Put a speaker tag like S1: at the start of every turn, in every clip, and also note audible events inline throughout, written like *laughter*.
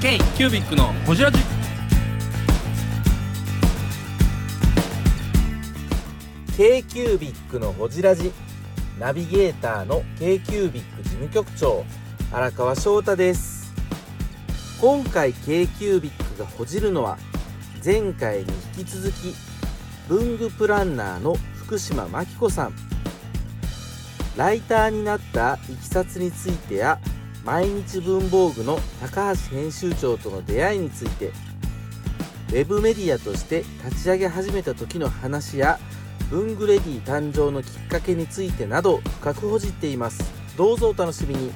S1: ケイキュービックのホジラジ
S2: 「KQBIC のほじラジ」ナビゲーターの KQBIC 事務局長荒川翔太です今回 KQBIC がほじるのは前回に引き続き文具プランナーの福島真紀子さんライターになったいきさつについてや毎日文房具の高橋編集長との出会いについてウェブメディアとして立ち上げ始めた時の話や文具レディ誕生のきっかけについてなど深くほじっていますどうぞお楽しみに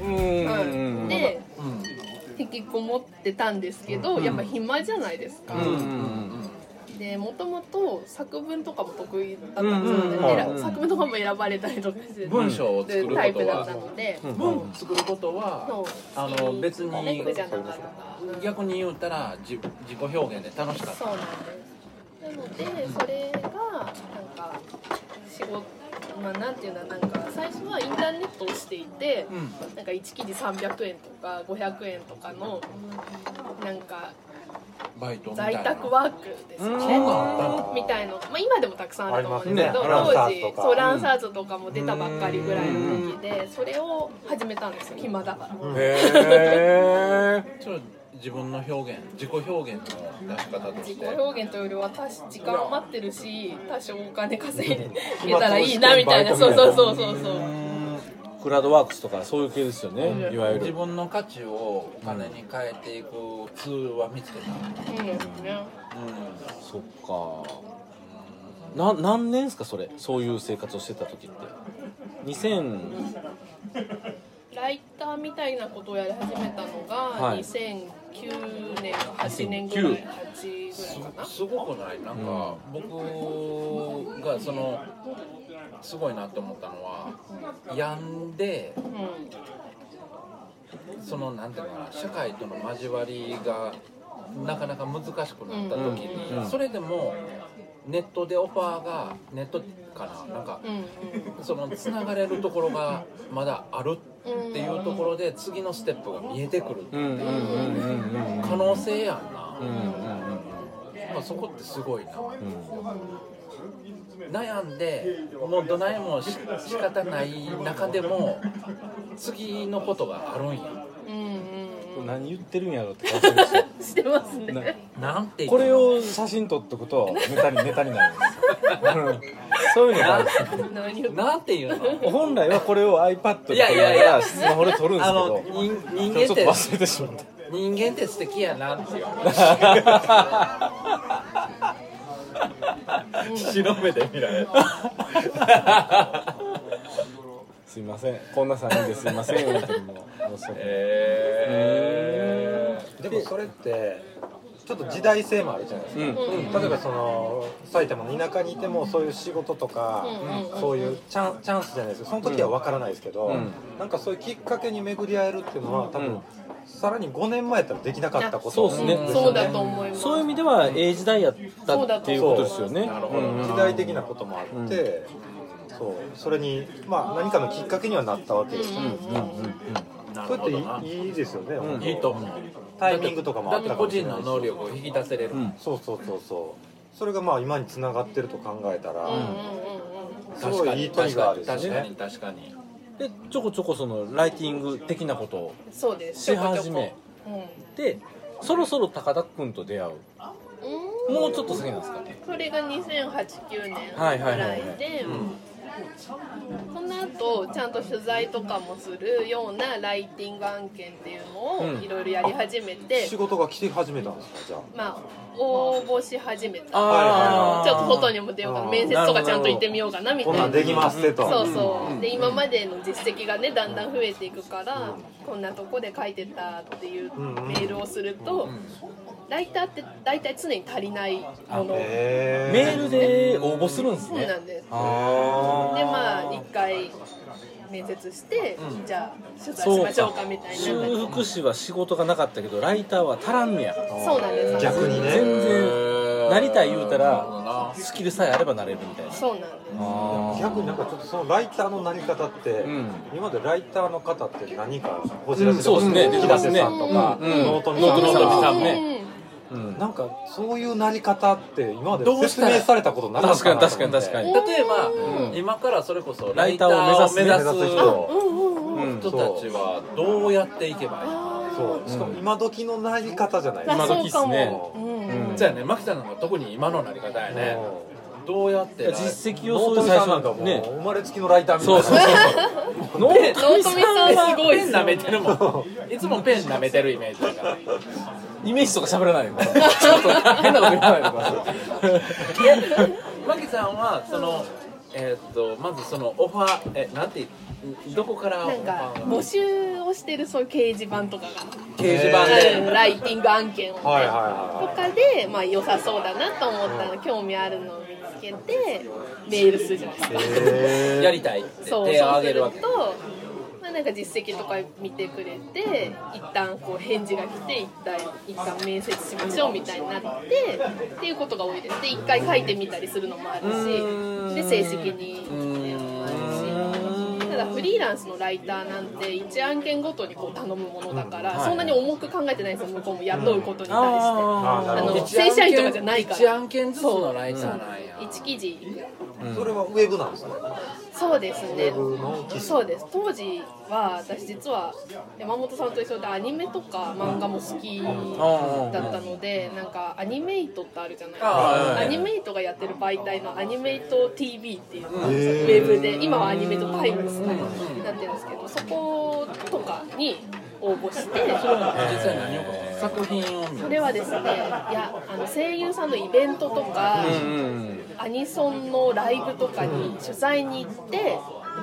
S1: うん
S3: で、引きこもってたんですけど、やっぱ暇じゃないですか、でもともと作文とかも得意だったんです
S1: うん
S3: よね、
S1: うんうん
S3: でら作文とかも選ばれたりとかして
S4: 文章を作ること
S3: タイプだった
S4: は
S3: ので、
S4: 文を作ることは
S3: そう
S4: あの別に
S3: 苦じゃなかった
S4: 逆に言うたら自自己表現で楽しかっ
S3: そうなんですなのでそれがなんか仕事まあなんていうんだなんか最初はインターネットをしていて、なんか1記事300円とか500円とかのなんか
S4: たバイトみたい
S3: 在
S4: な
S3: 宅ワークですよ
S4: そん
S3: ね。
S4: なんあったの
S3: みたいの、まあ、今でもたくさんあると思うんですけど、
S2: ありますね
S3: 当
S2: ランサーズと
S3: 時
S2: か
S3: そうランサーズとかも出たばっかりぐらいの時でそれを始めたんですよ暇だから、
S4: それは自分の表現自己表現の出し方と
S3: 自
S4: し
S3: 己
S4: て
S3: 表現というよりはたし時間余ってるし多少お金稼いでけたらいいなみたいなそうそうそうそうそう
S2: クラウドワークスとかそういう系ですよね、いわゆ
S4: 自分の価値をお金に変えていくツールは見つけた、
S3: うんですね
S2: そっかな何年ですかそれそういう生活をしてた時って2000
S3: ライターみたいなことをやり始めたのが
S2: はい
S3: 2009年か8年ぐらい8ぐらいかな
S4: すすごくないなんか、僕がそのすごいなと思ったのは病んで
S3: うん
S4: そのなんていうのかな社会との交わりがなかなか難しくなった時に、
S2: うん
S4: それでもネットでオファーがネットかななんか、
S3: うん
S4: そのつながれるところがまだあるっていうところで次のステップが見えてくるって
S2: うんうん
S4: いう
S2: うんうん
S4: 可能性やんな、
S2: うん
S4: まあ、そこってすごいな
S2: うん
S4: 悩んでもうどないもし仕方ない中でも次のことがあるんや
S3: うんうんうん
S2: うん何言ってるんやろって感じです *laughs* よ
S3: してます
S2: な
S3: ね
S4: なんて言
S2: こ
S4: って
S2: れを写真撮っとくとネタにネタになるんですようん *laughs* そういうのがあるんですよ
S3: 何を
S4: なんていうの
S2: 本来はこれを iPad で
S4: いやいやいや
S2: スマホで撮るんです
S4: あ
S2: け
S4: の
S2: ど
S4: 人
S2: ち
S4: 人
S2: ょ
S4: 間
S2: っ
S4: っ
S2: と
S4: て
S2: 忘れてしまった
S4: 人間って素敵やなっていう白目で見られた
S2: すいませんこんな3人ですいま *laughs* せん言うても申し訳ない
S4: え
S5: でもそれってちょっと時代性もあるじゃないですか、例えばその埼玉の田舎にいてもそういう仕事とか、
S3: うんうん
S5: そういうチャンチャンスじゃないですかその時は分からないですけど、
S2: うん
S5: なんかそういうきっかけに巡り合えるっていうのは多分、
S2: うん
S5: さらに5年前やったらできなかったこと
S2: そうですね
S5: よ
S3: そうだと思います
S2: そういう意味ではええ時代やったっていうことですよね
S4: なるほど
S2: うん
S5: 時代的なこともあっ
S2: ん
S5: て、そうそれに、まあ、何かのきっかけにはなったわけですから、
S4: ー、なる
S5: そうや
S4: ほど
S5: っ
S4: な
S5: ていいいいですよね、本当
S4: いいと思う
S5: タイミングとかも
S4: だ
S5: あっ
S4: って
S5: たか
S4: 個
S5: もしれ
S4: 人
S5: ない
S4: の
S5: し
S4: 能力を引き出せれる、
S2: うん
S5: そうそうそうそうそれがまあ今につながってると考えたら、
S3: うんうんうん
S5: す
S4: 確
S5: ご
S4: か
S5: いい
S4: に
S5: いトリ
S4: 確か
S5: ガー
S4: に
S5: です
S4: 確か
S5: ね
S4: に確かに
S2: でちょこちょこそのライティング的なことを
S3: そうです
S2: し始め
S3: ちょこ
S2: でそろそろ高田君と出会う
S3: ちょこうん
S2: もうちょっと先なんですか
S3: それが2008-9年ぐ
S2: はいはいはい
S3: らいでその後ちゃんと取材とかもするようなライティング案件っていうの
S2: う
S3: を
S2: ん
S3: いろいろやり始めて、
S5: 仕事が来て始めたんですかじゃあ
S3: まあ応募し始めた
S2: あー
S3: ちょっと外にも出ようかな
S5: あー
S3: 面接とかちゃんと行ってみようかなみた
S5: こん
S3: いな
S5: なんできますってと
S3: そうそうで今までの実績がねだんだん増えていくからこんなとこで書いてたっていう
S5: うんうん
S3: メールをするとライターって大体常に足りないもの
S5: へ
S2: メールで応募するんです
S3: そう
S2: ね
S3: なんですで
S2: あー
S3: まあ一回面接してじゃあ取材しましょうかみたいな
S2: 修復師は仕事がなかったけどライターは足らんねや
S3: そうなんです
S5: 逆にね
S2: 全然
S1: なりたい言うた
S4: なるほど
S1: ら
S4: な
S1: スキルさえあればなれるみたいな
S3: そうなんです
S5: 逆になんかちょっとそのライターのなり方って、
S1: ん
S5: 今までライターの方って何かこちら
S1: うんそうですね
S5: 木田瀬さんとか、
S1: うんうん
S5: ノートミ
S1: ノートミ
S5: さん
S1: さ
S5: と
S1: ん
S5: か、
S1: 多分ね
S5: うんなんかそういうなり方って今まで
S4: どうし
S5: 説
S4: たら
S5: 明されたことなかった
S1: 確かに
S5: なと思って
S1: 確かに確かに
S4: 例えば、
S1: ん
S4: 今からそれこそ
S1: ラ
S4: ラ
S1: イ
S4: イ
S1: タ
S4: タ
S1: ー
S4: ー
S1: を
S4: を
S1: 目
S4: 目
S1: 指
S4: 指
S1: す
S4: す
S5: 人
S1: うん
S4: 人たちはどうやっていけばいいの
S5: そうしかも今時のなり方じゃないです
S1: 今
S5: か、
S1: 時っすね
S3: うん
S4: じゃあね、マキさんなんか特に今のなり方やね
S5: う、
S4: どうやってライ
S1: 実績
S5: ノ
S1: をそういう
S5: ートミ
S1: 最
S5: さん
S1: 初
S5: なんかもう、
S1: ね
S5: 生まれつきのライターみたい
S1: そ
S5: な
S1: うそうそうそうノー
S3: ノートミさんはすごい
S4: ペン舐めてるもんいつもペン舐めてるイメージだから
S1: イメージとか喋らないのちょっと変なこと言わないの *laughs* か
S4: マキさんはその、えーっとまずそのオファーえなんてどこからオ
S3: なん
S4: ファ
S3: か
S4: ー
S3: 募
S4: が
S3: 集をしてるそういう掲示板とかが
S4: 掲示板
S5: へ
S4: で、
S3: ライティング案件をね
S5: はいはいはい
S3: とかで、まあ、良さそうだなと思ったの興味あるのを見つけてメールするじゃないですか
S5: へー
S4: やりたいって
S3: そう
S4: 手
S3: そ
S4: を
S3: う
S4: 挙
S3: する
S4: げる
S3: と
S4: わけ、
S3: まあ、なんか実績とか見てくれて一旦こう返事が来て一旦一旦面接しましょうみたいになってっていうことが多いですで一回書いてみたりするのもあるしで正式にっていうのもあるしただフリーランスのライターなんて1案件ごとにこう頼むものだから、そんなに重く考えてないんですよ向こうも雇うことに対して。
S5: あーな
S3: あ
S5: るほど
S3: の
S4: 一案
S3: 正
S4: 件
S3: 社員とかじゃないから
S4: 一案件ずつのライターなんや、
S3: 1記事いくら
S5: それはウェブなんですね
S3: そうですね
S5: ブの記事
S3: そうです当時は私実は山本さんと一緒でアニメとか漫画も好きだったのでなんかアニメイトってあるじゃないです
S4: あ
S3: か
S4: あ
S3: アニメイトがやってる媒体のアニメイト TV っていうのがあるんですよウェブで今はアニメイトタイムスかになってるんですけどそことかに応募して
S4: 実は何を作品を見
S3: そ
S4: る
S3: れはですねいやあの声優さんのイベントとか、アニソンのライブとかに取材に行って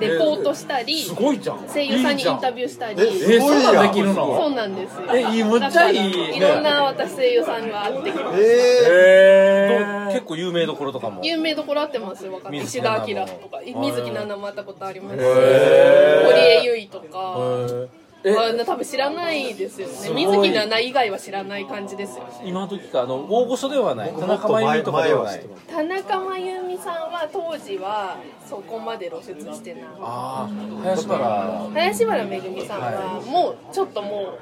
S3: レポートしたり、
S4: すごいじゃん
S3: 声優さんに
S4: いいじゃ
S3: インタビューしたり
S5: えすごい
S4: そ
S5: やん
S4: んなんできるの
S3: そうなんですよ
S4: えいいむっちゃいいね
S3: だからいろんな私声優さんには会ってきます
S5: え
S1: な結構有名どころとかも
S3: 有名どころあってますよ、わかんない
S1: 水
S3: 石
S1: 木奈
S3: 田
S1: 々
S3: 明
S1: も
S3: とか、い水木奈々も会ったことありますし、
S5: へー
S3: 堀江由衣とか、
S1: え
S3: あんな多分知らないですよね、水
S1: ごい
S3: 木奈々以外は知らない感じですよね。
S1: 今時かあの大御所ではない
S5: ー
S1: 田中真由美とかではない
S5: 前前は知ってます
S3: 田中真由美さんは当時はそこまで露出してない
S1: ああ林原
S3: 林原めぐみさんはもうちょっともう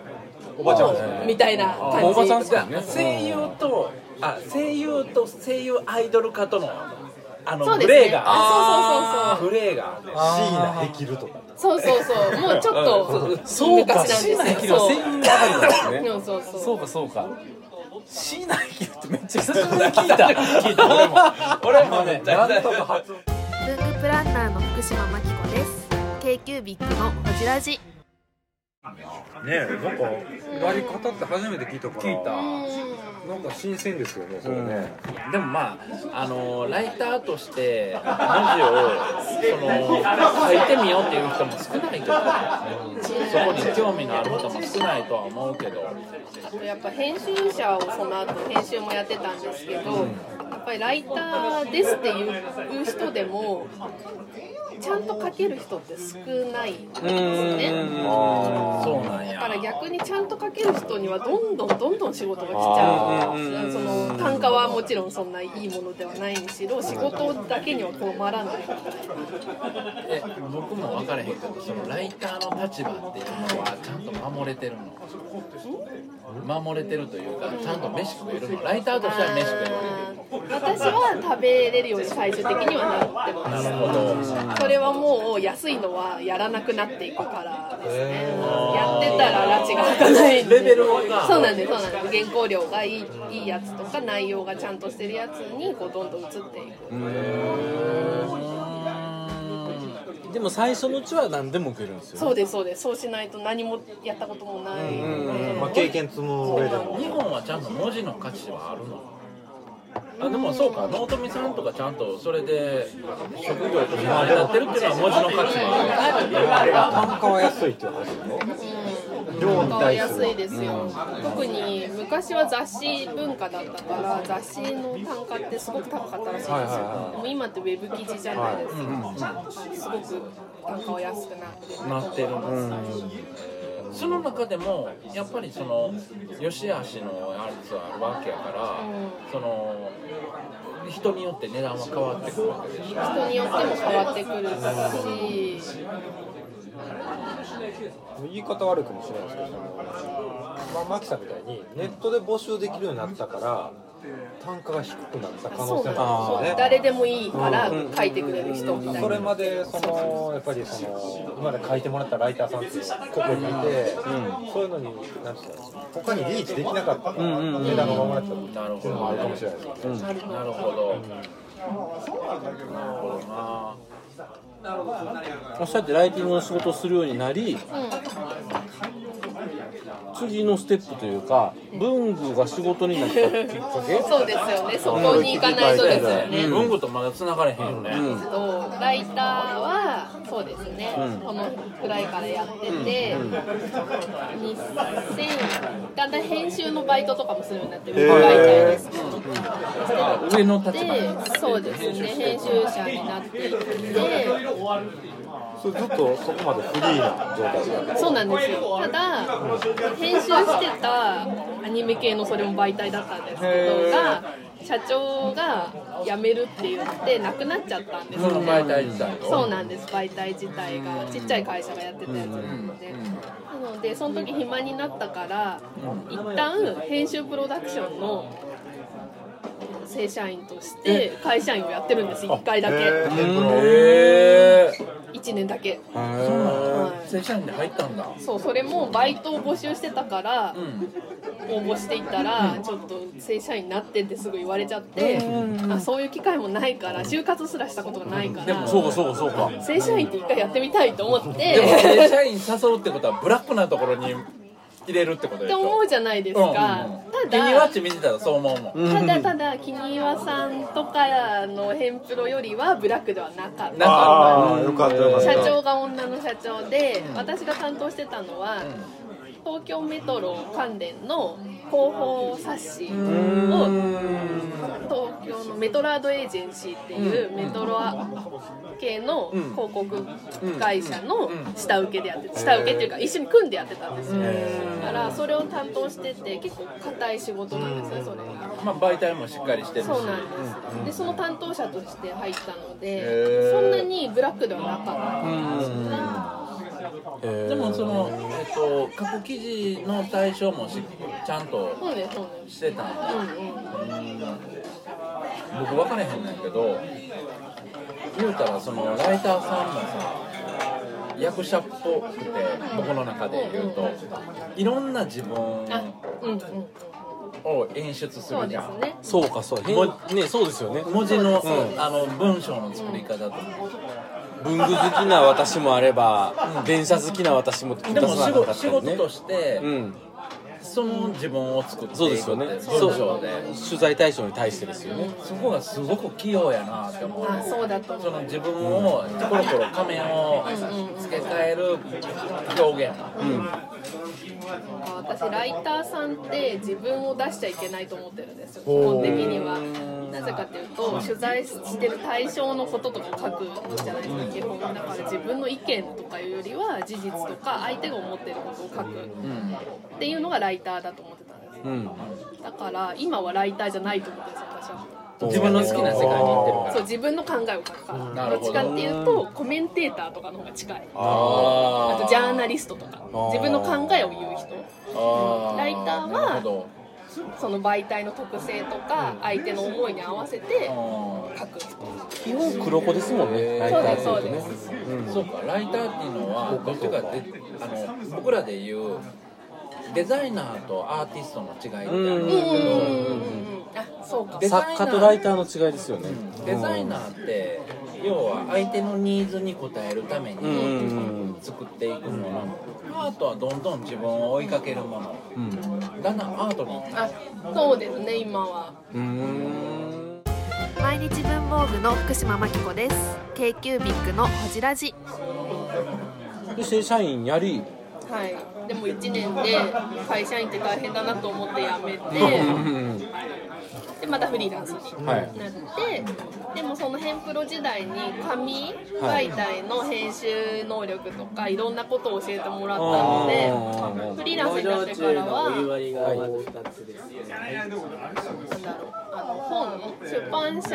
S5: おばちゃんです
S3: もうみたいな感じ
S1: おばちゃんっす
S4: じ
S1: か
S4: ゃあ声優とあ声優と声優アイドル化とのあ
S3: そ
S4: の
S3: うで
S4: グ
S3: すね
S4: レーが
S3: あそうそうそうそう
S4: グレーがね
S5: 椎名ヘキルとか
S3: そうそうそうもうちょっと
S1: そうか
S3: 昔なんです
S1: 椎名ヘキ
S3: よ
S1: ルは声優上がりなんですね
S3: そうそうそう
S1: そうかそうか椎名ヘキルってめっちゃ久しぶりに聞いた聞いた俺も
S4: 俺もね
S5: なんとか発音
S6: 文具プランナーの福島真紀子です k q b i c のホジラジ
S5: ねえなんかなり方って初めて聞いたから
S1: 聞いた
S5: なんか新鮮ですよねそれね、
S4: でもまああのライターとして文字をその書いてみようっていう人も少ないけどそこに興味のある人も少ないとは思うけど
S3: あとやっぱ編集者をその後編集もやってたんですけど、やっぱりライターですっていう人でもちゃんと書ける人って少ないんですね
S4: そうなん
S3: だから
S4: や
S3: 逆にちゃんと書ける人にはどんどんどんどん仕事が来ちゃうその単価はもちろんそんないいものではないにしろ仕事だけには困らない
S4: え僕も分からへんけどそのライターの立場っていうのはちゃんと守れてるの守れてるというかちゃんと飯食えるのライターとしては飯食える
S3: 私は食べれるように最終的にはなってます
S4: なるほど
S3: それはもう安いのはやらなくなっていくからですね、やってたら拉致が開かないんで
S4: レベルが
S3: そうなんですそうなんです原稿料がいいいいやつとか内容がちゃんとしてるやつにこうどんどん移っていく
S1: でも最初のうちは何でも受けるんですよ
S3: そうですそうですそうしないと何もやったこともないので、
S5: まあ、経験積む上でも
S4: 日本はちゃんと文字の価値はあるのあでもそうか納富さんとかちゃんとそれで職業として成り立ってるっていうのは文字の価値がある
S5: 単価は安いっていう話だよ量に対す
S3: 安い
S5: る
S3: ですよ、特に昔は雑誌文化だったから雑誌の単価ってすごく高かったらしいんですよ、
S5: はいはいはい
S3: でも今ってウェブ記事じゃないですか、すごく単価は安くなってる
S4: なってるの、その中でもやっぱりその良し悪しのあるあるわけやから、その人によって値段は変わってくるわけでしょ
S3: 人によっても変わってくるし、
S5: 言い方悪いかもしれないですけどその、まあ、マキさんみたいにネットで募集できるようになったから単価が低くなった可
S3: そ
S5: 能
S3: うなん
S5: 性もあ
S3: そう
S5: るんですよね
S3: 誰でもいいから書いてくれる人みたいな。
S5: それまでそのやっぱりその今まで書いてもらったライターさんってここにいて、そういうのになんていうの他にリーチできなかったから
S1: うんうんうん
S5: 値段が守られてたって
S4: なる
S5: い
S4: ほ
S5: うのもあ
S4: ど、ね、
S5: るかもしれないですよね、
S3: なるほ
S4: なる
S3: ど。
S4: ほど、なるほどな
S1: そうやってライティングの仕事をするようになり、次のステップというか文具が仕事になったきっかけ
S3: そうですよね。そこに行かないとですよね。
S4: 文具とまだ繋がれへんよね、
S3: とライターはそうですね、このくらいからやってて、2000だんだん編集のバイトとかもするようになってる媒体ですけど、
S4: あ上の立場に
S3: でそうですね編集者になっていって
S5: それずっとそこまでフリーな状態で
S3: そうなんですよただ編集してたアニメ系のそれも媒体だったんですけどが社長が辞めるって言ってなくなっちゃったんです
S4: そ
S3: よ
S4: の
S3: ね
S4: 媒体自体を
S3: そうなんです媒体自体がちっちゃい会社がやってたやつなので、なのでその時暇になったから、一旦編集プロダクションの正社員として会社員をやってるんです1回だけ
S4: へえ
S3: 1年だけ、はい
S4: 正社員で入ったんだ
S3: そうそれもバイトを募集してたから、応募していったらちょっと正社員になってってすぐ言われちゃって、あそういう機会もないから就活すらしたことがないから、
S1: そうかそうかそうか
S3: 正社員って一回やってみたいと思って
S4: でも正社員誘うってことはブラックなところに入れるってこと
S3: っ
S4: で
S3: て
S4: しょ
S3: 思うじゃないですか、
S4: うん、
S3: た
S4: 君
S3: だ
S4: はち見てたらそう思うもん、
S3: ただただキニワさんとかのヘンプロよりはブラックではなかっ
S4: な
S3: た
S4: あ
S5: あよかったよ
S3: 社長が女の社長で私が担当してたのは東京メトロ関連の広報冊子を東京のメトラードエージェンシーっていうメトロ系の広告会社の下請けでやって下請けっていうか一緒に組んでやってたんですよだからそれを担当してて結構硬い仕事なんですねそれが。
S4: まあ、媒体もしっかりしてるし
S3: そうなんです、でその担当者として入ったの
S4: へ
S3: で
S4: ー
S3: そんなにブラックではなかった
S4: でもその、えっと、過去記事の対象もしちゃんと
S3: そうねそうね
S4: してたんだ
S3: うんうん
S4: 僕分からへんねんけど言うたらそのライターさんもさ役者っぽくて僕の中で言うといろんな自分
S3: あ
S4: を
S3: うんうん
S4: 演出す
S3: そう
S4: るじ
S3: で
S4: ゃ
S3: す
S4: ん
S3: ね
S1: そうかそうへんねそうですよね
S4: 文字の,、あの文章の作り方とか
S1: 文具好きな私もあれば電車好きな私も
S4: でも仕
S1: なか
S4: 事
S1: った
S4: 仕
S1: り
S4: 事
S1: ね
S4: として、
S1: うん
S4: その自分を作っていくって
S1: そうですよね
S4: 文
S1: そう
S4: 章で
S1: 取材対象に対してですよね
S4: そこがすごく器用やなって思う
S3: あそうだと思
S4: そうの自分をコロコロ仮面を付け替える表現
S3: 私ライターさんって自分を出しちゃいけないと思ってるんですよ基本的にはなぜかというと取材してる対象のこととか書くじゃないですか基本だから自分の意見とかいうよりは事実とか相手が思ってることを書くっていうのがライターだと思ってたんです
S1: うん
S3: だから今はライターじゃないと思ってるんですよ私は
S4: 自分の好きな世界に行ってるから
S3: そう自分の考えを書くから
S4: な
S3: ど
S4: る
S3: っ
S4: ほ
S3: ち
S4: ど
S3: かっていうとコメンテーターとかの方が近いあ
S4: あ
S3: とジャーナリストとか自分の考えを言う人
S4: あ
S3: ライターは
S4: なるほど
S3: その媒体の特性とか相手の思いに合わせて書く人
S1: 基本黒子ですもんねライター
S3: そう
S1: ってい
S3: で
S1: う
S3: す
S1: と
S3: そう
S1: ね
S3: です
S4: そうかライターっていうのはどっちかってあの僕らで言うデザイナーとアーティストの違いってあるんだ
S3: うんうん
S4: けど
S3: うんうんあそうか
S4: デザイナ
S1: 作
S4: ー
S1: 家とライターの違いですよね
S4: デザイナーって要は相手のニーズに応えるため
S1: うんう
S4: に
S1: ん
S4: 作っていくものアートはどんどん自分を追いかけるもの
S1: うん
S4: だんだんアートに行った
S3: あそうですね今は
S1: うん
S6: 毎日文房具の福島真紀子です k q ビッグのほじラジ
S1: で正社員やり
S3: はい、でも1年で会社員って大変だなと思って辞め
S1: う
S3: て
S1: ん
S3: でまたフリーランスに
S1: はい
S3: なってでもそのヘンプロ時代に紙媒体の編集能力とかいろんなことを教えてもらったの
S1: あー
S3: でフリーランスになってからは
S7: 農場中のお湯割りが2つですよね、
S3: なんだろうあの本出版社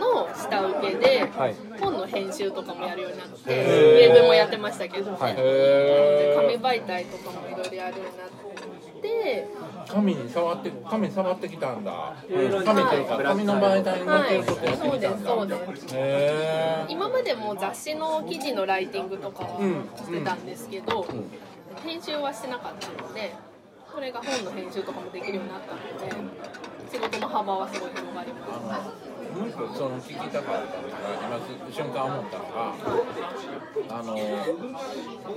S3: の下請けで
S1: はい
S3: 本の編集とかもやるようになってウェブもやってましたけどねで紙媒体とかもいろいろやるようになって。
S4: 紙に触って紙に触ってきたんだ紙
S7: ん
S4: というか紙の媒体に載っ
S3: は
S4: てる
S3: い、
S4: ことやって
S3: そう
S4: き
S3: で
S4: たん
S3: す、
S4: だ
S3: そうです。
S4: へえ
S3: 今までも雑誌の記事のライティングとかはしてたんですけど、編集はしてなかったので、それが本の編集とかもできるようになったので、仕事の幅はすごい広がりました。
S4: もう一個その聞きたかったのが今瞬間思ったのがあの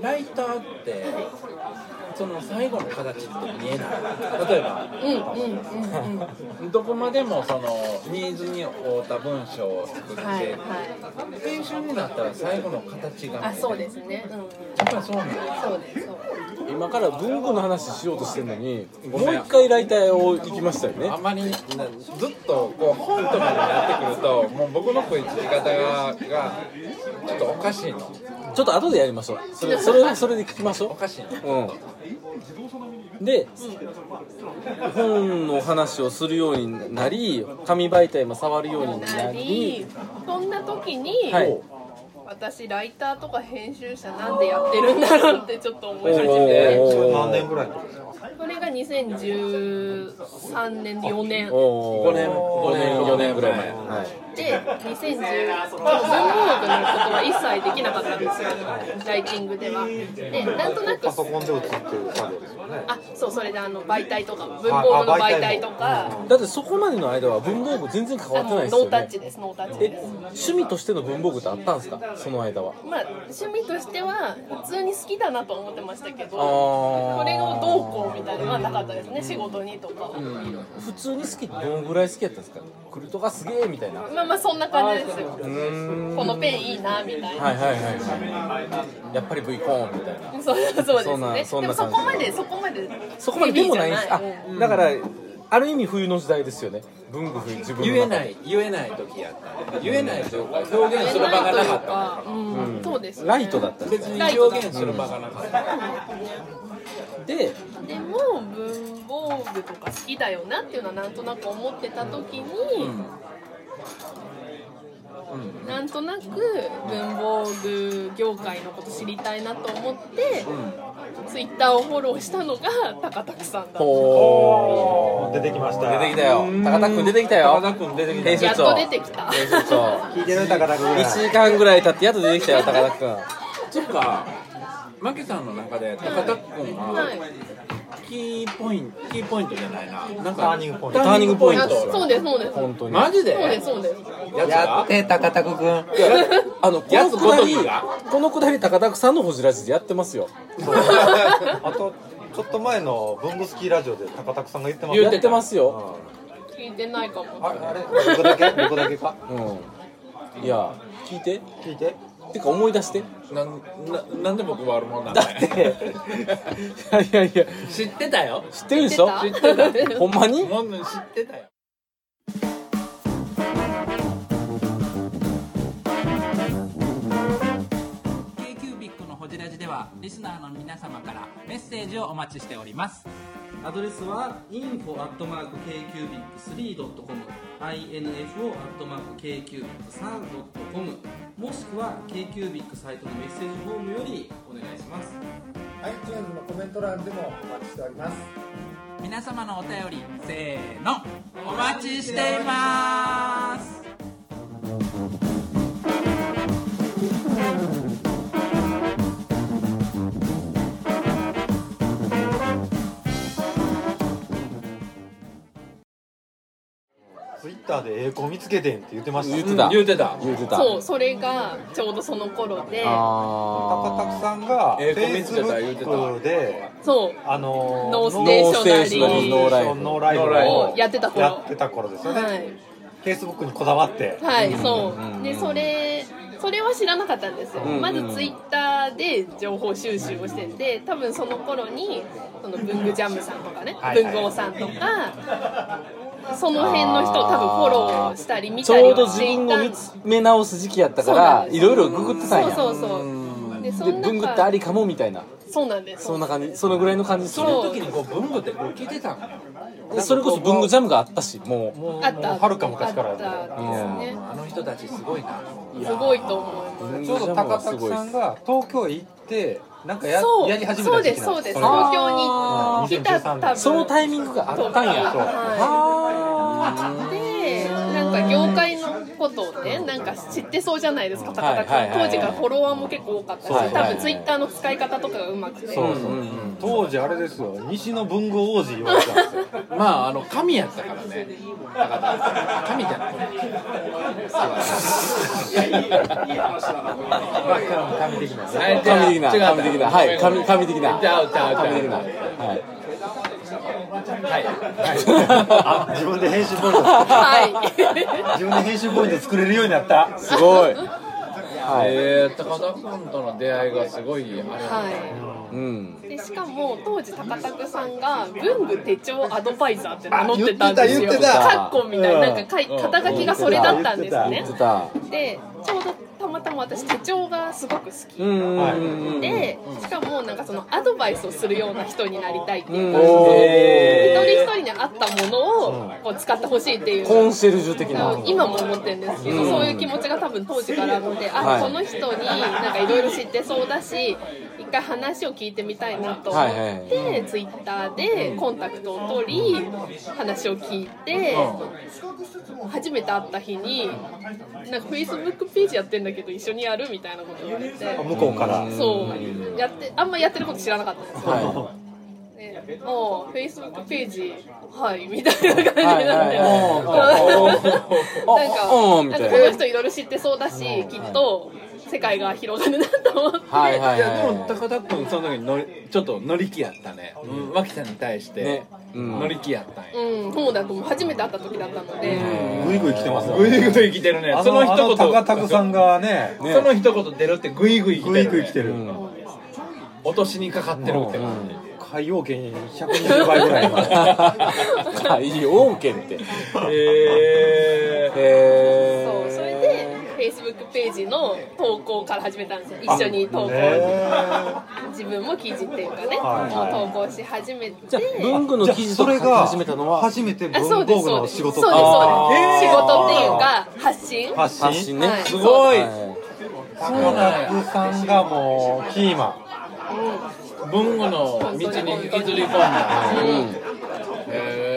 S4: ライターってその最後の形って見えない例えば
S3: うんうんうんうん。
S4: どこまでもそのニーズに応った文章を作って、
S3: はいはい。
S4: 編集になったら最後の形が見える
S3: あ、そうですね。うんうん。
S4: やっぱりそうなんだ
S3: そうです。そう
S1: 今から文具の話しようとしてるのにもう一回ライターを行きましたよね
S4: あんまりなずっとこう本とかになってくるともう僕の食いつき方ががちょっとおかしいの
S1: ちょっと後でやりましょうそれそれはそれで聞きまし
S4: お
S1: ょ
S4: かしいの
S1: ううんで本の話をするようになり紙媒体も触るようにな
S3: な
S1: り
S3: り、そんな時に、
S1: はい
S3: 私ライターとか編集者なんでやってるんだろうってちょっと思い始めて。
S5: 何年ぐらいの時ですか
S3: これが2013年4年
S1: 5
S4: 5年5年
S1: 4
S4: 4
S1: 年
S4: 年
S1: ぐ
S4: ぐ
S1: ら
S4: ら
S1: い前
S4: い前
S1: はい
S3: で2010文房具のことは一切できなかったんですよライティングではでなんとなく
S5: パソコンで写ってる作業ですよね
S3: あそうそれであの媒体とか文房具の媒体とか
S1: だってそこまでの間は文房具全然変わ
S3: あ
S1: って
S3: も
S1: ないうです
S3: ノ
S1: よ
S3: ータッ
S1: ね
S3: チですノータッチ
S1: え
S3: です
S1: 趣味としての文房具ってあったんですかその間は
S3: まあ趣味としては普通に好きだなと思ってましたけど
S1: あー
S3: これをどうこうみたいなのはなかったですね仕事にとか
S1: 普通に好きってどのぐらい好きやったんですかクルトがすげえみたいなは
S3: まあまあそんな感じですよ
S1: いは
S3: このペンいいなみたい
S1: い
S3: な
S1: はいはいやっぱり V コーンみたいな
S3: そう
S1: そん
S3: そう
S1: な
S3: です
S1: そ
S3: ね。
S1: ん
S3: で
S1: な感じ
S3: もそこまでそこまで
S1: そこまででもないんですあ
S3: ヘビーじゃない
S1: だからある意味冬の時代ですよね文具冬自分の
S4: 言え
S1: い
S4: ない言えない時やった言えないというか表現する場がなかった
S3: うんそうです。
S1: ライトだったんで
S4: 別
S1: すね
S4: に表現する場がなかった
S1: で
S3: でも文房具とか好きだよなっていうのはなんとなく思ってた時に、なんとなく文房具業界のこと知りたいなと思って、ツイッターをフォローしたのがタカタクさんだった。
S1: おー
S5: 出てきました
S1: 出てきたよ高田君出てきたよ
S4: 高田君出てきた
S1: 編集
S3: やっ
S1: 長
S3: と出てきた。
S1: 編集長
S5: 聞いてる高田君
S1: 1時間ぐらい経ってやっと出てきたよ高田君
S4: そっかマキさんの中で高田君は、
S3: はい。
S4: キーポイント、キーポイントじゃないな。なんか
S5: ターニングポイント
S1: ターニングポイン
S3: あ
S1: ト
S3: そうですそうです。
S1: 本当に
S4: マジで
S3: そうですそうです。
S4: やつが
S5: て高田君
S1: いやあのこ
S4: や
S1: の
S4: つ
S1: く
S4: ご
S1: だ
S4: と
S1: り
S4: きが
S1: このくだり高田さんのほじらじでやってますよ
S5: *laughs* あとちょっと前の文具スキーラジオで高田さんが言ってました
S1: や
S5: よ
S1: っ
S5: ね
S1: てますよ
S3: 聞いてないかも。
S5: ああれ僕だけ僕だけか
S1: うんいや聞いて
S5: 聞いて
S1: てか思い出して
S4: なん、な、なんで僕悪者なんだ
S1: いやいやいや
S4: 知ってたよ。
S1: 知ってるでしょ
S3: 知ってた
S1: ほんまに
S4: もう知ってたよ。
S8: k q b i c のほじラジではリスナーの皆様からメッセージをお待ちしております
S7: アドレスは info.kcubic3.com info.kcubic3.com もしくは KQBIC サイトのメッセージフォームよりお願いします
S8: 皆様のお便りせーのお待ちしています
S5: ツイッターで栄光見つけてんって言ってました
S1: 言っ
S5: よ
S1: てた
S4: 言うてた。
S1: 言うてた
S3: そうそれがちょうどその頃で、
S5: 高
S1: あ
S5: 田さんがフ
S4: 栄光
S5: ェイ
S4: 見つ
S5: ス
S4: け
S5: ブ
S4: た言うてた
S5: ックで
S3: そう
S5: あの
S3: ノ
S1: ー
S3: ーステーショナリー
S1: ノーステーショナリーノーライフ
S5: ノーライフ
S3: を
S5: を
S3: やってた頃
S5: やってた頃ですよ
S3: は
S5: ね
S3: い
S5: フェイスブックにこだわって
S3: はいそうでそれそれは知らなかったんですよ、
S1: うんうん
S3: まずツイッターで情報収集をしてて多分その頃にその文具ジャムさんとかね、
S4: はいはい
S3: 文豪さんとかその辺の人を多分フォローしたり見
S1: ち
S3: たり
S1: ょうど
S3: は
S1: 自
S3: してい
S1: 分
S3: た
S1: を
S3: ん
S1: 見
S3: で
S1: つ
S3: す
S1: め直す時期やったか
S3: そうな
S1: ら
S3: んです
S1: いろいろググってたん
S3: そう
S1: や
S3: そうそうでそ
S1: で
S3: の中
S1: 文具ってありかもみたいな
S3: そうなんです
S1: そんな感じそのぐらいの感じす
S4: そ
S1: る
S4: の時にこう文具ってこう聞いてたの
S1: でそれこそ文具ジャムがあったしもう
S5: もう
S3: あった
S5: はるか昔から
S3: あったんですね
S4: あの人たちすごいな
S3: すごいと思います
S1: 文具
S5: ち
S1: ジ
S5: ょうど
S1: ャム
S5: 高
S1: はす
S5: 崎
S1: ごいっ
S5: さ
S1: す
S5: んが東京へ行ってなんかや
S3: そう
S5: やり始め
S3: そう
S5: た時
S3: で
S5: 期
S3: す
S5: なん
S3: そうです
S5: れが
S3: 東京に来た多分
S1: そのタイミングがあったんや
S3: そうはい、でなんか業界のことをねなんか知ってそうじゃないですか高田君、
S1: はいはいはい
S3: 当時からフォロワーも結構多かったし、
S1: そう
S3: 多
S1: はい
S3: 分ツイッターの使い方とかがうまくて
S5: そうそう、
S1: うんうんうん
S5: 当時あれですよ西の文豪王子言われてたんですよ
S4: まああの神やったからね高田神じゃない
S5: バックの神的なね
S1: 神的な神的なはい神神的な
S4: ちゃうちゃうちゃう
S1: 神的なはい
S5: あ自分で編集ポイン
S1: *laughs*
S5: ト
S3: はい
S5: 自分で編集ポイント作れるようになった
S1: すごい
S4: えー、高田君との出会いがすごいあれなんだ
S3: は
S1: うん
S3: いでしかも当時高田君さんが文具手帳アドバイザーって名乗ってたんです
S5: 言
S3: よ
S5: ってた言って
S3: カ
S5: た
S3: ッコみたいななんかかい肩書きがそれだったんです
S5: 言
S1: 言
S3: ね
S1: ってた
S3: でちょうどたまたま私手帳がすごく好き
S1: うんうん
S5: はい
S1: うんうん
S3: でしかもなんかそのアドバイスをするような人になりたいって
S1: う
S3: いうん感じで
S1: へ
S3: 一
S1: ー
S3: 人一人に合ったものをこう使ってほしいっていう
S1: コンシェルジュ的な
S3: 今も思ってるんですけど、
S1: うん
S3: そういう気持ちが多分当時からあってあ、
S1: はい
S3: この人になんかいろいろ知ってそうだし一回話を聞いてみたいなと思っ
S1: はい
S3: て、
S1: はい
S3: ツイッターでコンタクトを取り話を聞いて、初めて会った日になんかフェイスブックページやってんだけど一緒にやるみたいなこと言われて。
S5: 向こうから
S3: そうやってあんまやってること知らなかったんですよ、
S1: は
S3: でおフェイスブックページはいみたい
S1: い
S3: な感じになっ
S1: はいは
S3: て、
S1: い
S3: なん
S1: あおー
S3: か、
S1: み
S3: な
S1: た
S3: ん
S1: いな
S3: かこの人いろいろ知ってそうだし、きっと世界が広がるなと思って。
S1: はいはい
S4: いやでも
S1: は
S4: 高田君その時に乗りちょっと乗り気やったね、うん、脇さんに対し
S1: い
S4: て
S1: ねうん
S4: 乗り気やったんや、
S3: うん、そうだと思う初めて会った時だったので、
S5: グイグイ来てますよ
S4: ぐいぐい来てるね
S5: あ
S4: その
S5: の
S4: 一
S5: あの
S4: 言
S5: 高田さんがね
S1: ね
S4: その一言出るってぐいぐい来てる、
S5: グイグイ来てる、
S1: うん
S4: 落としにかかってるって感じ、
S5: 海洋圏120倍ぐらい *laughs* 今
S1: 海王権って
S4: えー
S1: え
S3: そうそれで Facebook ページの投稿から始めたんですよ一緒に投稿、自分も記事っていうかね、
S5: は
S3: 投稿し始めて
S1: じゃあ文具の記事と
S5: それ
S1: か書
S5: が
S1: き始めたのは
S5: 初めて
S3: あそう
S5: 文
S3: で
S5: 房
S3: す
S5: 具
S3: そう
S5: の
S3: です
S5: 仕
S3: そうです
S5: 事
S3: そうです
S1: あー
S3: 仕事っていうか発信
S5: 発信
S1: 発信ね
S3: はい
S4: ごい
S1: は
S5: 高田さんがもうキーマ
S4: 文具の道に引きずり込んだ、
S1: いうん
S4: え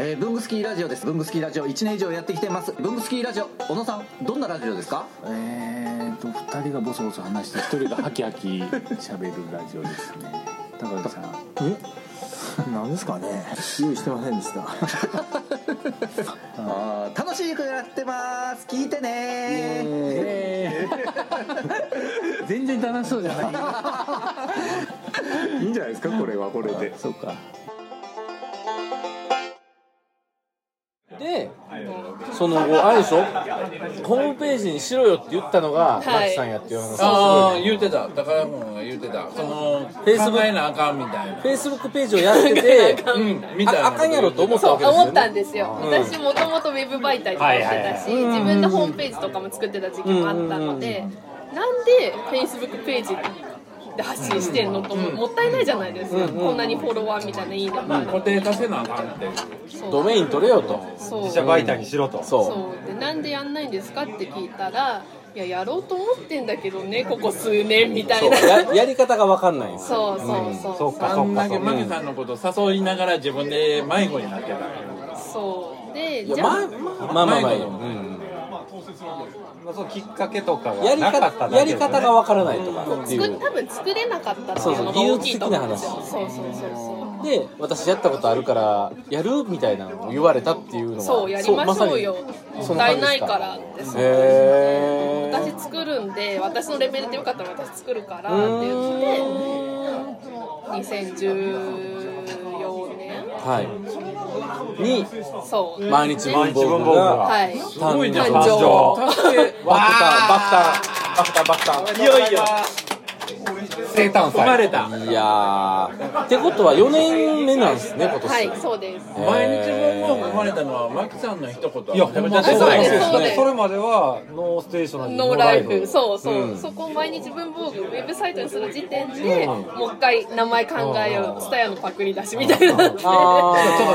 S9: えー、ブングスキーラジオですブングスキーラジオ1年以上やってきてますブングスキーラジオ小野さんどんなラジオですか
S10: えーと2人がボソボソ話して1人がハキハキ喋るラジオですね高木さんえなんですかね用意してませんで *laughs* した
S9: あー楽しい曲やってます聞いてね
S10: 全然楽しそうじゃないいいんじゃないですかこれはこれでそうか
S1: でその後あれでしょホームページにしろよって言ったのが
S3: い
S1: マキさんやっていう話
S4: ー、ああ言うてた高田君が言うてたその考
S1: Facebook
S4: えなあかんみたいな
S1: フェイスブックページをやってて
S4: うんみたいな
S1: ああかんやろと思った
S3: そう
S1: わけですよ、ね、
S3: 思ったんですよ、私もともとウェブ媒体とかしてたし、自分でホームページとかも作ってた時期もあったので、なんで Facebook ページで発信してんのとも,、ったいないじゃないですか、こんなにフォロワーみたいないいねもある
S4: 固定化せなあかんって
S1: ドメイン取れよと
S3: そう
S5: 自社媒体にしろと
S1: そう
S3: そうでなんでやんないんですかって聞いたらいややろうと思ってんだけどねここ数年みたいな
S1: そうややり方が分かんないんですよ
S3: そうそうそう
S5: そうか
S4: あ
S5: そ
S4: ん
S5: うか
S4: だ
S5: そ
S4: け
S5: うか
S4: マキさんのこと誘いながら自分で迷子になってた
S3: そうで
S1: いや
S3: じゃ
S1: まあ
S3: あ
S1: まあまあまあいい
S4: 迷
S1: よ
S4: 子
S1: うん
S5: まあそのきっかけとか
S1: うんや
S5: が
S1: り
S5: なかった
S1: 方
S5: だけで
S1: やり方が分からないとかってい
S3: 作
S1: う
S3: 多分作れなかったっていうのが大きいと思うんですよ
S1: そう
S3: そうそうそうそう
S1: で私やったことあるからやるみたいなのを言われたっていうのが
S3: そうやりましょうよ
S1: そ
S3: も
S1: うまさ
S3: った
S1: に
S3: いないからって
S1: へえ
S3: 私作るんで私のレベルでよかったら私作るからって言って2014年
S1: はいに
S3: そう
S1: 毎日文房具が
S3: はい
S1: 誕生
S3: 誕生
S1: バクターバクターバクターバクターいよいよ
S4: 生誕祭
S1: いやーってことは4年目なんですね今年
S3: はいそうです
S4: 毎日文房具生まれたのはマキさんの一言
S5: いや、本当に
S4: そう
S5: そう
S4: で
S5: ですす
S3: そう
S5: ね
S3: です
S5: それまではノーステーショナリー
S3: ノーライフそうそう、
S5: ん
S3: そこを毎日文房具ウェブサイトにする時点で、もう一回名前考えよう蔦屋のパクリ出しみたいになってちょっ
S4: ちょっ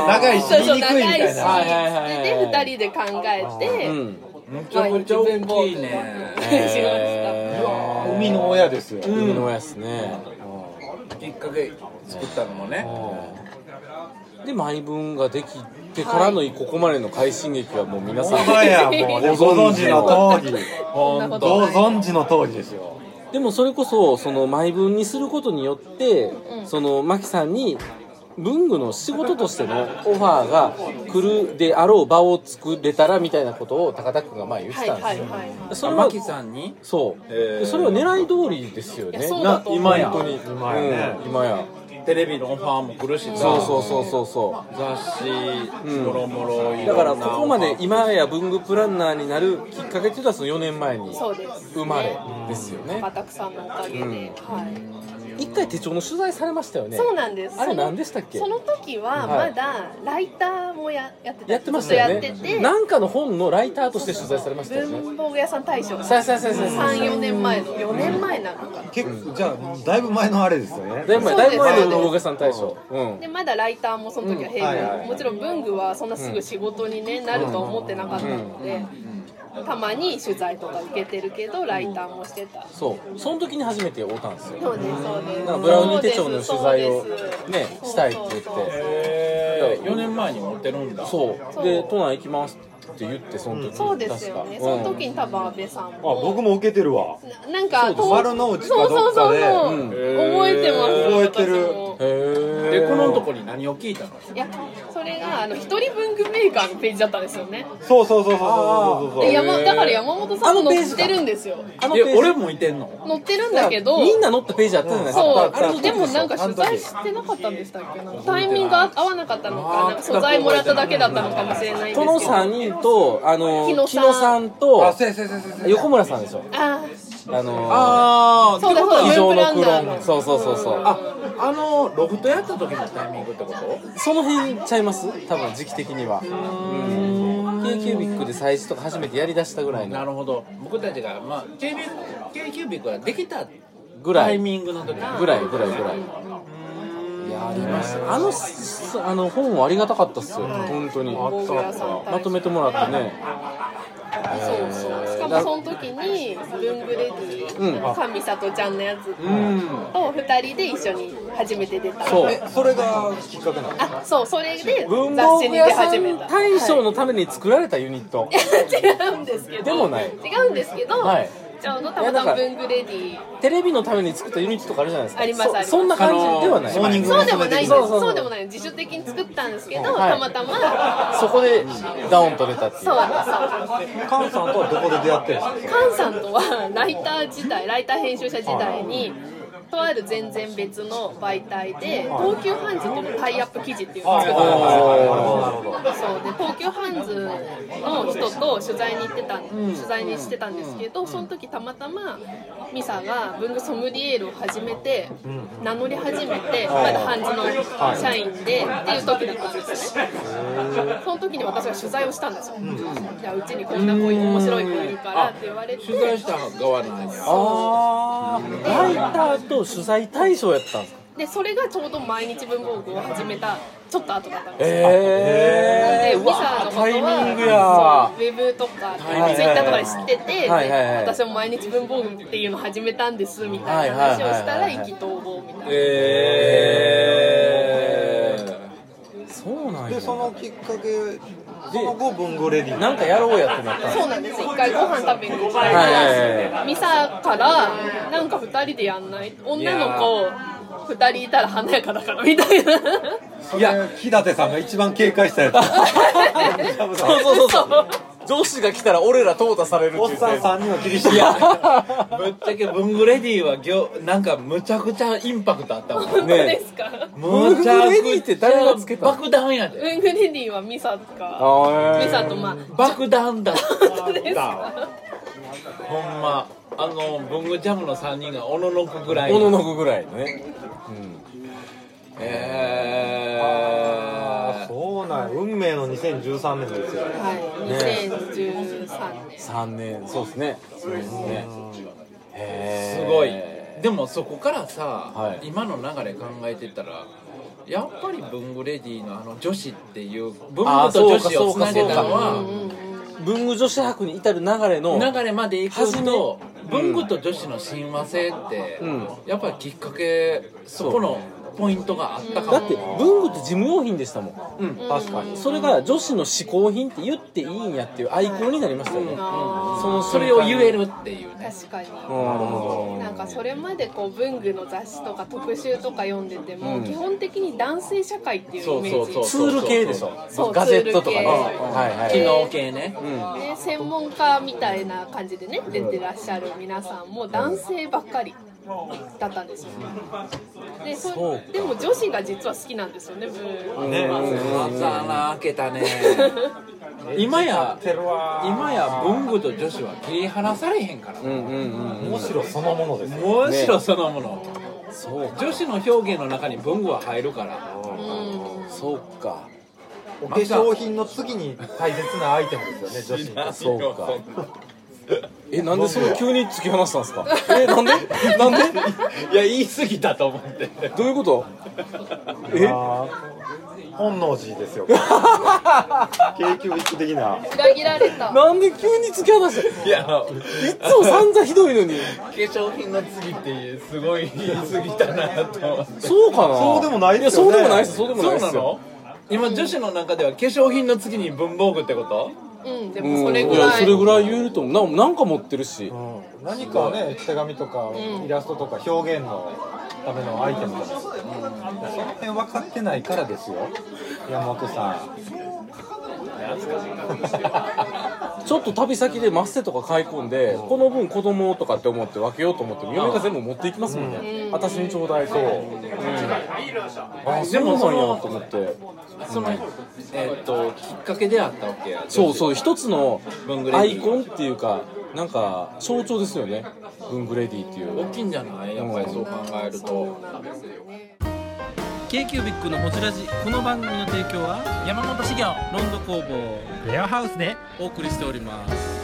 S4: と長いし
S3: そうそう
S4: 言いにくいみたいな
S3: 長いし
S4: はいはいはい
S3: で2人で考えて、
S4: めちゃくちゃ大きいね
S5: 生みの親ですよ
S1: 生みの親ですね
S4: きっかけ作ったのもね
S1: で毎分ができてからのここまでの快進撃はもう皆さん
S5: ほんまやもうねご存知の通り *laughs*
S1: ほん
S5: ご
S1: と
S5: 存知の通りですよ
S1: でもそれこそその毎分にすることによって、
S5: うん
S1: そのマキさんに文具の仕事としてのオファーが来るであろう場を作れたらみたいなことを高田君が前言ってたんですよ、
S3: はいはいはいはい
S1: それ
S4: あ
S1: は
S4: マキさんに
S1: そう、でそれは狙い通りですよね
S4: いやそうだと思う
S1: な本当に
S4: 今やね
S1: うん今や
S4: テレビのオファーも来るし
S1: そうそうそうそうそう
S4: 雑誌もろもろい
S1: だ
S4: ろん
S1: か
S4: な
S1: らここまで今や文具プランナーになるきっかけっていうのはその4年前に
S3: そうです
S1: 生まれですよね
S3: バタクさんのおかげで、
S1: うん
S3: はい
S1: 一回手帳の取材されましたよね
S3: そうなんです
S1: あれ
S3: その
S1: 何でしたっけ
S3: その時は
S1: は
S3: ま
S1: い
S3: だライターもややってた
S1: やってましたよ
S3: ずっとやって
S1: ね
S3: て
S1: なんかの本のライターとして取材されましたよね
S3: 文房具屋さん大
S1: そ
S3: 賞
S1: うそうそうそう
S3: 34年前の4年前なのかな
S5: 結構じゃあだいぶ前のあれですよね
S1: だいぶ前だいぶ前の大げさん大賞うん
S3: でまだライターもその時は平
S5: うんはい
S3: 均、
S5: はい
S3: もちろん文具はそんなすぐ仕事に、ねなるとは思ってなかったので、たまに取材とか受けてるけどライターもしてた、
S1: そうその時に初めて会うたんですよ
S3: そうですそうで
S1: な
S3: す
S1: んかブラウニー手帳の取材を
S3: そうです
S1: ねしたいって言って
S4: 4年前に持ってるんだ
S1: そうで都内行きますって言ってその時
S3: そうですよね、
S1: 確か
S3: その時に多分安倍さんも
S5: 僕も受けてるわ
S3: なんか
S5: そうです丸の内かどっかで
S3: そうそうそうそう、
S5: うん
S3: 覚えてます
S5: 覚えてる
S4: でこのとこに何を聞いたの
S3: いやそれがあの一人文具メーカーのページだったんですよね
S5: そうそうそうそうそうそうそう
S3: で山だから山本さんも載ってるんですよ
S4: え俺もいてんの
S3: 載ってるんだけど
S1: みんな載ったページあったじゃないですか
S3: そ
S1: あ
S3: う
S1: ったあ
S3: あ
S1: っ
S3: の
S1: た
S3: でもなんか取材してなかったんでしたっけなんかタイミングが合わなかったのかなんか素材もらっただけだったのかもしれないんですけ
S1: こ
S3: ど
S1: の3人とあの
S3: 木
S1: 木
S3: 野
S1: 野
S3: さ
S1: さ
S3: ん
S1: んと
S5: う
S1: 横村さんでしょ
S3: あ
S1: あの
S4: あーそうだそうだ
S1: 非常の
S4: ウェ
S1: ク
S4: ブプ
S1: ロ
S4: ランナ
S1: ー
S4: ーの
S1: ンそうそうそうそうあ
S4: あのロフトやった時のタイミングってこと
S1: その辺ちゃいます多分時期的にはうん k キュービックで催事とか初めてやりだしたぐらいの
S4: なるほど僕たちがまあ k b k q b ができた
S1: ぐらい
S4: タイミングの時
S1: ぐらいぐらいぐらいいやありましたあのすあの本はありがたかったっすよ本当に
S3: 大倉さん大将
S1: まとめてもらってね
S3: そうそうしかもその時に文具レディ
S1: うん
S3: ー神里ちゃんのやつと
S5: ん
S3: 2人で一緒に初めて出た
S1: そう
S5: それがきっかけなの
S3: あそうそれで
S1: 文
S3: 雑
S1: 房具
S3: 誌に出
S1: 屋さ
S3: 始め
S1: ん
S3: た
S1: 大賞のために作られたユニット
S3: *laughs* 違うんですけど
S1: でもない
S3: 違うんですけど、
S1: はい
S3: ちょうどたまたま文具レディー
S1: テレビのために作ったユニットとかあるじゃないですか
S3: ありま
S1: そ
S3: すあります
S1: そんな感じではない
S5: モーニング
S3: そうでもないです
S1: そうそうそう
S3: そうでもないです自主的に作ったんですけど、
S1: はい
S3: たまたま
S1: そこでダウンと出たっていう
S3: そうなんです
S5: カンさんとはどこで出会ってるんですか
S3: 菅さんとはライター時代ライター編集者時代にとある全然別の媒体で東急ハンズとのタイアップ記事っていうのを作ったんですよそうで東急ハンズの人と取材に行ってた、取材にしてたんですけど、その時たまたまミサが文具ソムリエールを始めて、名乗り始めて、まだハンズの社員で、っていう時だったんですねその時に私が取材をしたんですよ、じゃあうちにこんな子いる面白い子いるからって言われて
S4: 取材した側なんです
S1: あーライターと取材対象やったんですか
S3: でそれがちょうど毎日文房具を始めたちょっと後だったんですよ
S1: え
S3: で
S1: え
S3: ミサのことは
S1: タイミングや
S3: そうウェブとかツイ
S1: ミング
S3: ッターとかで知ってて、
S1: はいはいはい
S3: で私も毎日文房具っていうの始めたんですみたいな話をした
S1: はいはい
S3: ら
S1: はいは
S3: 意
S1: い
S3: 気投合みたいな、
S1: えー、そうなんや
S5: でそのきっかけその後文具レディー
S1: なんかやろうやってなったんです
S3: そうなんです一回ご飯食べに行った
S1: はいはい
S3: ら
S1: はい
S3: ミサからなんか2人でやんない女の子2人いたら華やかだからみたいな
S5: いや日立さんが一番警戒したやつ
S1: そうそうそうそう上司が来たら俺ら淘汰されるっていうね
S5: おっさんさんには厳しい
S1: いや
S4: ぶっちゃけ文具レディはぎょなんかむちゃくちゃインパクトあったもん
S3: 本当ですか
S4: むちゃ
S1: 文具レディって誰がつけたの
S4: 爆弾やで
S3: ウングレディはミサか
S1: あ
S3: ミサとまあ
S4: 爆弾だ
S3: 本当ですか
S4: ほんまあの文具ジャムの3人がおののくぐらい
S1: おののくぐらいのね、
S4: えー
S5: そうなんや運命の2013年ですよ
S3: はい2013年
S1: 3年そうですねそうですねへ
S4: す
S1: ー
S4: ごいでもそこからさ、
S1: はい
S4: 今の流れ考えてたらやっぱり文具レディのあの女子っていう文具と女子をつな
S1: あーそうかそう
S4: げたの
S1: か
S4: は
S1: 文具女子博に至る流れの
S4: 流れまでいくと文具と女子の親和性って、
S1: うん
S4: やっぱりきっかけそこのポイントがあったかも
S1: だって文具って事務用品でしたもん
S5: 確かに
S1: それが女子の嗜好品って言っていいんやっていうアイコンになりましたよね、
S3: あ
S1: その
S4: それを言えるっていう
S3: ー
S4: ね
S3: 確かに
S1: うん
S3: なんかそれまでこう文具の雑誌とか特集とか読んでても、
S1: うん
S3: 基本的に男性社会っていうイメージ
S1: ツール系でしょ
S3: そう
S1: ガジェットとかね
S3: ツール系
S1: はいは
S4: 機
S1: い、
S4: 能系ね
S1: うん、
S3: で専門家みたいな感じでね出てらっしゃる皆さんも男性ばっかりだったんですよでそ
S1: そうか
S3: でも女子が実は好きなんですよね文具
S5: ね
S4: また穴開け
S1: *laughs*
S4: たね今や今や文具と女子は切り離されへんから、
S1: うんうんうん
S5: むしろそのものですよ
S4: むしろそのもの、
S1: そうか
S4: 女子の表現の中に文具は入るから
S3: うん
S1: そうか
S5: お化粧品の次に大切なアイテムですよね女子に
S1: そうかえなんでそれ急に突き放したんですかえなんでなんで
S4: いや言い過ぎたと思って
S1: どういうことえ
S5: あー本能寺ですよ京急一的な
S3: 裏切られた
S1: なんで急に突き放したい
S4: いや化
S1: つも散々ひどいのに
S4: 粧品の次ってすごい言い過ぎたなと思って
S1: そうかな
S5: そうでもないです
S1: やそ
S5: よね
S1: うでもないですそうでもな
S4: そ
S1: いうで
S4: な
S1: すよ
S4: の今女子の中では化粧品の次に文房具ってこと
S3: うんで
S1: うん
S3: もそれぐ
S1: いや
S3: らい
S1: それぐらい言えると思うななんか持ってるし
S5: うん何かをね手紙とか
S3: ん
S5: イラストとか表現のためのアイテムじゃないですか、その辺分かってないからですよ山本さ
S1: ちょっと旅先でマッセとか買い込んで、この分子供とかって思って分けようと思っても嫁が全部持っていきますもんね、私にちょうだいと、あ
S4: で
S1: そうなん
S4: も
S1: や
S4: その
S1: と思って
S4: その、えっときっかけであったわけや
S1: そう
S4: う
S1: そう一つの
S4: 文具レ
S1: ア
S4: デ
S1: イ
S4: ィ
S1: コンっていうかなんか象徴ですよね文具レディっていう
S4: 大きいんじゃないやっぱりそう考えると
S7: k イキュービックのホジラジこの番組の提供は山本資源ロンド工房レアハウスでお送りしております